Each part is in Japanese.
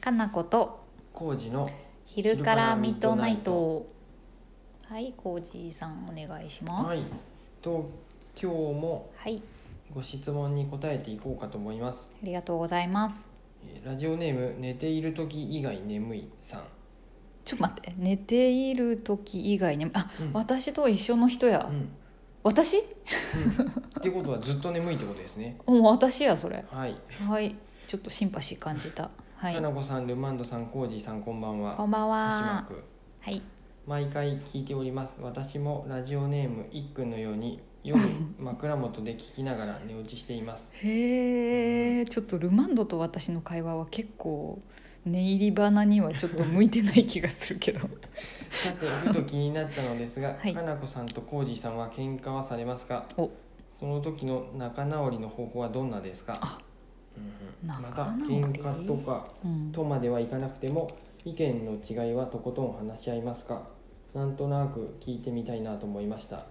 かなこと工事の昼からミッドナイトはいコージーさんお願いしますと今日もはい、ご質問に答えていこうかと思いますありがとうございますえーラジオネーム寝ている時以外眠いさん、ちょっと待って寝ている時以外にあ、うん私と一緒の人や、うん私うん、ってことはずっと眠いってことですねもう私やそれはい、はいちょっとシンパシー感じたはいかなこさんルマンドさんコージーさんこんばんはこんばん星マーはクはい毎回聞いております私もラジオネームいっくんのように 夜枕元で聞きながら寝落ちしていますへえちょっとルマンドと私の会話は結構寝入り花にはちょっと向いてない気がするけどさてふと気になったのですが、はいかなこさんとこうじさんは喧嘩はされますかおその時の仲直りの方法はどんなですかあうんうんま仲た直り喧嘩とかうんとまではいかなくても意見の違いはとことん話し合いますかなんとなく聞いてみたいなと思いました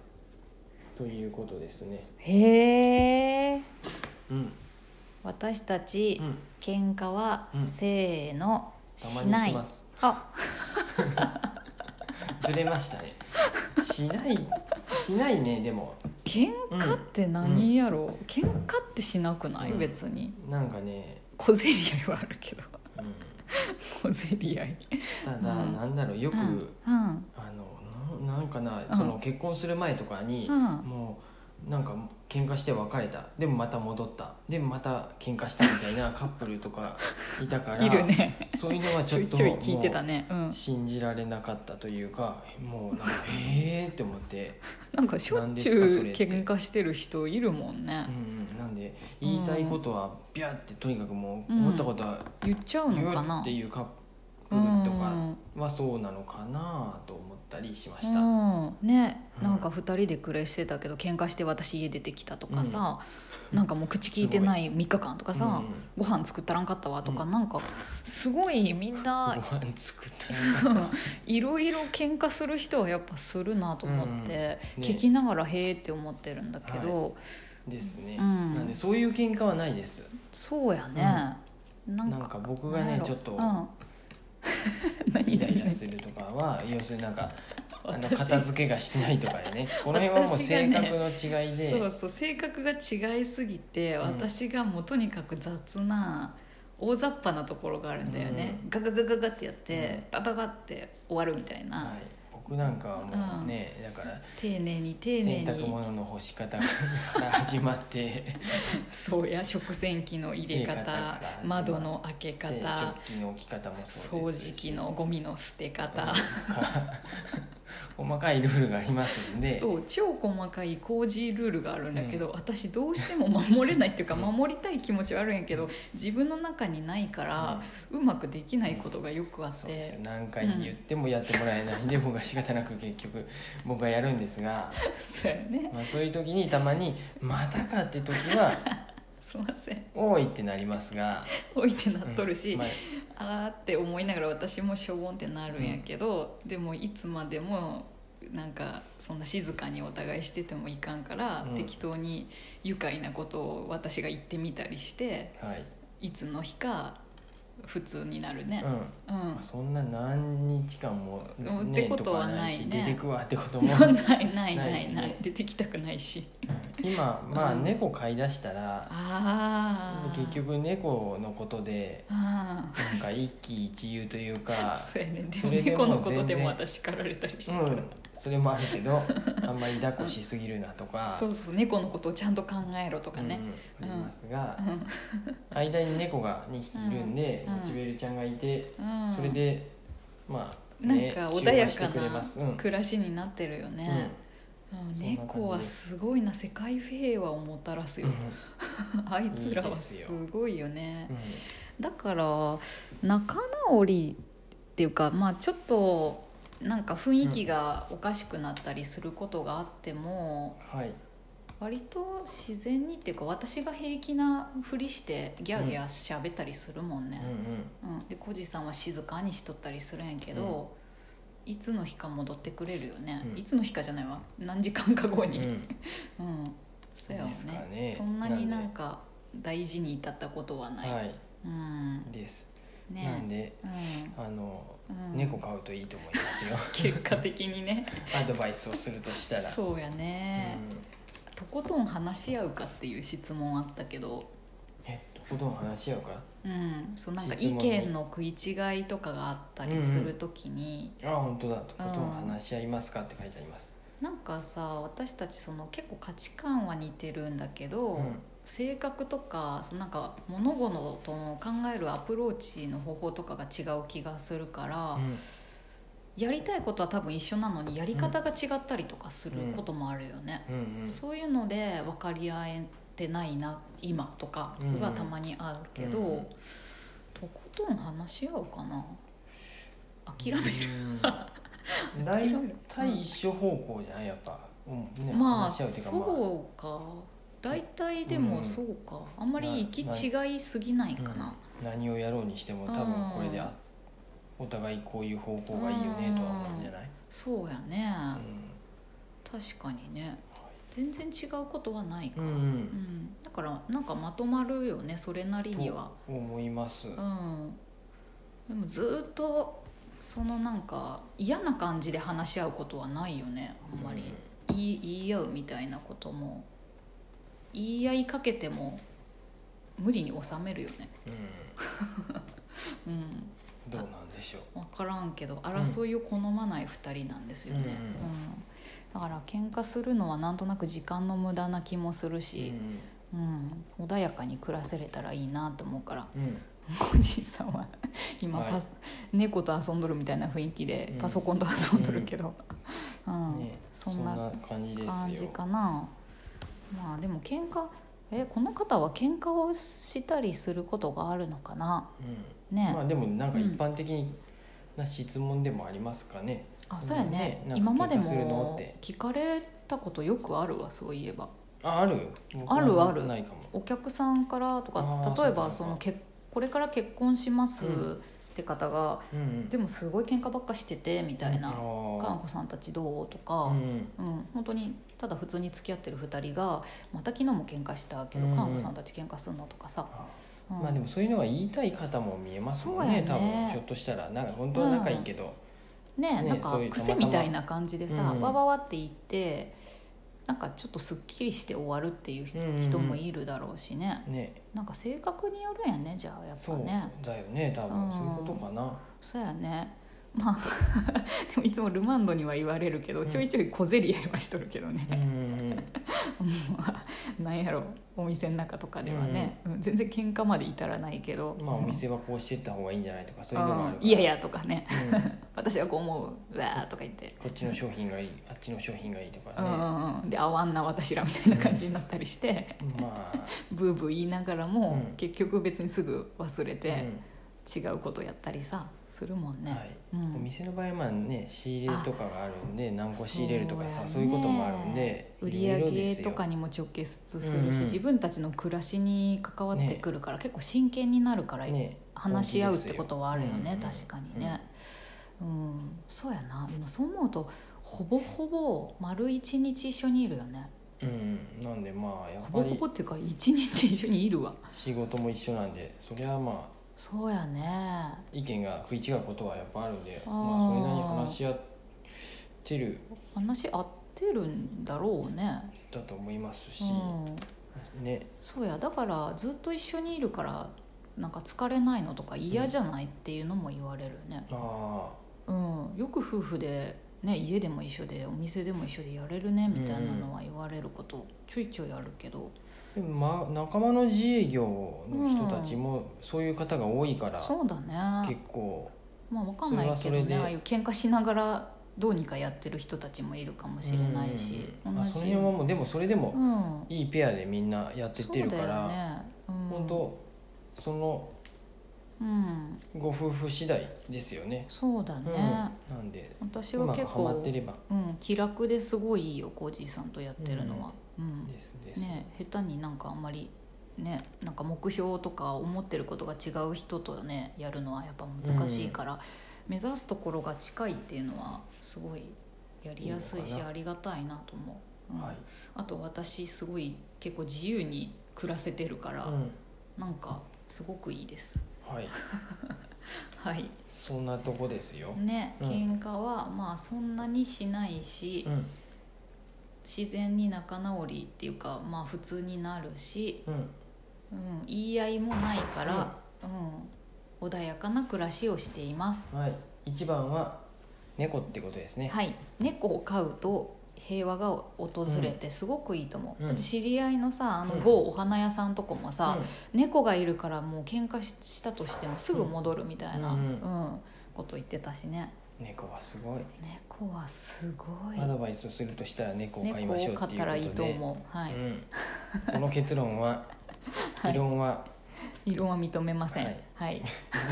ということですねへえうん私たちうん喧嘩はうんせーのたしまない、にしますあずれま したねしないしないねでも喧嘩って何やろ、喧嘩ってしなくない、うん別になんかね、小競り合いはあるけど うん、小競り合いただ、うんなんだろうよく、うんうんあのななんかな、うんその結婚する前とかに、うんもうなんか喧嘩して別れたでもまた戻ったでもまた喧嘩したみたい なカップルとかいたからいるねそういうのはちちょょっいとちょい聞いてたもね、うんう、信じられなかったというかもうなんかへえって思って、なんかしょっちゅう喧嘩してる人いるもんねうんうん、なんで言いたいことはビャーってとにかくもう思ったことは言っちゃう言のかうなっていうカップうルんとかはそうなのかなと思ったりしました。うんねうんなんか2人で暮らしてたけど喧嘩して私家出てきたとかさ、なんかもう口聞いてない3日間とかさ、うんご飯作ったらんかったわとか、うんなんかすごいみんご な飯作ったらよかっいろいろ喧嘩する人はやっぱするなと思って、うんね聞きながら「へえ」って思ってるんだけど、たですね、うんなんでそういう喧嘩はないですそうやね、ななんんかか僕がねちょっう とん、何イラ々イラするとかは要するになんかあの 私片付けがしないとか でねこの辺はもう私が性ね格の違いで、そうそう性格が違いすぎて、うん私がもうとにかく雑な大雑把なところがあるんだよね、うんガガガガガってやって、うバババって終わるみたいな、はい、僕なんかはもうね、だから丁寧に丁寧洗に濯物の干 し方から始まってそうや食洗機の入れ入れ方方から窓の開けで方食器の置き方もそう掃ですし除機のゴミの捨て方、うん細かいルールがありますんでそう超細かい工事ルールがあるんだけど、私どうしても守れないっていうか守りたい気持ちはあるんやけど自分の中にないから、うまくできないことがよくあっそうですよて何回言ってもやってもらえないんで、僕は仕方なく結局僕がやるんですが、そうやねまあ、そういう時にたまに「またか」って時はすいません「おい」ってなりますが置いてなっとるし、うんまああーって思いながら私もしょぼんってなるんやけど、でもいつまでもなんかそんな静かにお互いしててもいかんから、うん適当に愉快なことを私が言ってみたりしてはいいつの日か普通になるねうんうん、まあそんな何日間も、うんってことはないねとかし出てくわってこと もないないないないないね出てきたくないし今まあうん猫飼い出したら、ああ結局猫のことであなんか一喜一憂というか あそうやねでそもれでも猫のことで全も然私叱られたりしてうたから、んそれもあるけどあんまり抱っこしすぎるなとかそうそう猫のことをちゃんと考えろとかね、うん、ありますがう、ん間に猫が2匹いるんで、うんモチベルちゃんがいて、うんそれでまあ、なんね、か中穏和やしてかくれます、うんうなん暮らしになってるよね、うんそんな感じ猫はすごいな世界平和をもたらすよ、 あいつらいいはですすよごいよねうんだから仲直りっていうかまあちょっとなんか雰囲気がおかしくなったりすることがあっても、はい、割と自然にっていうか私が平気なふりしてギャーギャー喋ったりするもんね、うんうん、うん、でコジさんは静かにしとったりするんやけど、いつの日か戻ってくれるよね、うんいつの日かじゃないわ何時間か後に、ううんんそうやわですかねねそんなになんか大事に至ったことはない、はいうんです、ねなんなんでうあの、んうん猫飼うといいと思います よ結果的に ねアドバイスをするとしたらそうやね、うんとことん話し合うかっていう質問あったけど、えとことん話し合うかうん、そうなんか質意問に見の食い違いとかがあったりする時に、あ本当だとことん話し合いますかって書いてありますなんかさ私たちその結構価値観は似てるんだけど、うん性格とかそのなんか物事の考えるアプローチの方法とかが違う気がするから、うんやりたいことは多分一緒なのにやり方が違ったりとかすることもあるよね、うんうんそういうので分かり合えてないな今とかがたまにあるけど、うんうんとことん話し合うかな諦める、うん大体一緒方向じゃないやっぱ、うんね、まあ話し合うっていうかまあそうか大体でうもんそうか、あんまり行き違いすぎないかな、何をやろうにしても多分これであお互いこういう方向がいいよねとは思うんじゃない、そうやね、う確かにね全然違うことはないか、んううんんだからなんかまとまるよねそれなりにはと思います、うんでもずっとそのなんか嫌な感じで話し合うことはないよねあんまり、言い言い合うみたいなことも言い合いかけても無理に収めるよねうんうんどうなんでしょう分からんけど争いを好まない2人なんですよね、うんうんだから喧嘩するのはなんとなく時間の無駄な気もするうし、んうん穏やかに暮らせれたらいいなと思うから うんおじいさんは今はいパス、猫と遊んどるみたいな雰囲気でうんパソコンと遊んどるけど、うんね、そそんんなな感じですよ感じかなまあでも喧嘩えこの方は喧嘩をしたりすることがあるのかなうんね、まあでもなんか一般的な質問でもありますかね、あそうやねねなんか今まで喧嘩するのっもて聞かれたことよくあるわそういえばああるよ僕はあるあるないかもお客さんからとかあー例えばそうそかそうかのけこれから結婚しますうんって方が、うんうんでもすごい喧嘩ばっかしててみたいなあ「ーかんこさんたちどう?」とかう、んうん本当にただ普通に付き合ってる2人が「また昨日も喧嘩したけど、うんかんこさんたち喧嘩すんの?」とかさ、あうんまあでもそういうのは言いたい方も見えますもんねそうやね多分ひょっとしたらなんか本当は仲いいけど、ねねなんかそういうたまた癖まみたいな感じでさ、うんわわわって言ってなんかちょっとすっきりして終わるっていううんうんうん人もいるだろうしね、ねなんか性格によるんやねじゃあやっぱそうねだよね多分、うんそういうことかなそうやねまあ でもいつもルマンドには言われるけど、うんちょいちょい小競り合いはしとるけどねうんうんうん なんやろお店の中とかではね、うん全然喧嘩まで至らないけど、まあお店はこうしていった方がいいんじゃないとかそういうのもあるあからいやいやとかねうんこ私はこう思ううわーとか言って、っちの商品がいいあっちの商品がいいとかうね、んうんうんであわんな私らみたいな感じになったりして、まあブーブー言いながらも、うん結局別にすぐ忘れうんて違うことやったりさするもんね、はいうんお店の場合はまあね仕入れとかがあるんで何個仕入れるとかさそう,、そうやねいうこともあるんで売いろいろで上すよとかにも直結すうんうるんし、自分たちの暮らしに関わってくるから、結構真剣になるから、ね話し合うってことはあるよね、本気です確かにね、うんそうやなでもそう思うとほぼほぼ丸一日一緒にいるよねうん、うんなんでまあやっほぱぼほりぼっていうか一日一緒にいるわ仕事も一緒なんでそりゃまあそうやね意見が食い違うことはやっぱあるんであーまあそれなりに話し合ってる話合ってるんだろうねだと思いますし、うんねそうやだからずっと一緒にいるからなんか疲れないのとか嫌じゃないっていうのも言われるね、あうんよく夫婦で、ね、家でも一緒でお店でも一緒でやれるねみたいなのは言われることちょいちょいあるけどーでも、まあ、仲間の自営業の人たちもそういう方が多いから、そうだね結構まあわかんないけどそれはそれでねああいう喧嘩しながらどうにかやってる人たちもいるかもしれないし、うんまあ、同そのじ、辺はもうでもそれでもうん、いいペアでみんなやってっそてるうかだよら、ね、うん、本当そのうんご夫婦次第ですよね、そうだうん、ねな、んで私うはまく結はま構ってればうん、気楽ですごいいいよコージーさんとやってるのは、うんですです、ね下手になんかあんまりねなんか目標とか思ってることが違う人とねやるのはやっぱ難しいから、目指すところが近いっていうのはすごいやりやすいいいのしかなありがたいなと思う、うんはい、あと私すごい結構自由に暮らせてるから、うんなんかすごくいいですはい、はいそんなとこですよ、ねうん喧嘩はまあそんなにしないしうん自然に仲直りっていうかまあ普通になるし、うん、うん、言い合いもないから、うん、穏やかな暮らしをしていますはい一番は猫ってことですね、はい猫を飼うと平和が訪れてすごくいいと思う、うんだって知り合いのさあのうん某お花屋さんとこもさ、うん猫がいるからもう喧嘩ししたとしてもすぐ戻るみたいな、ううんんこと言ってたしね猫はすごい猫はすごいアドバイスするとしたら猫を飼い猫ましょをう飼っっていうことでたらいいと思う、はいうん、この結論は はい異論は異論は認めませんははいい、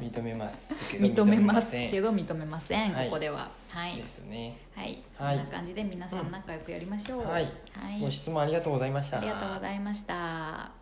認めますけ認どめます認けど認めません、はいここでははいですねはい、はいそんな感じで皆さん仲良くやりましょう、はいはいご質問ありがとうございましたありがとうございました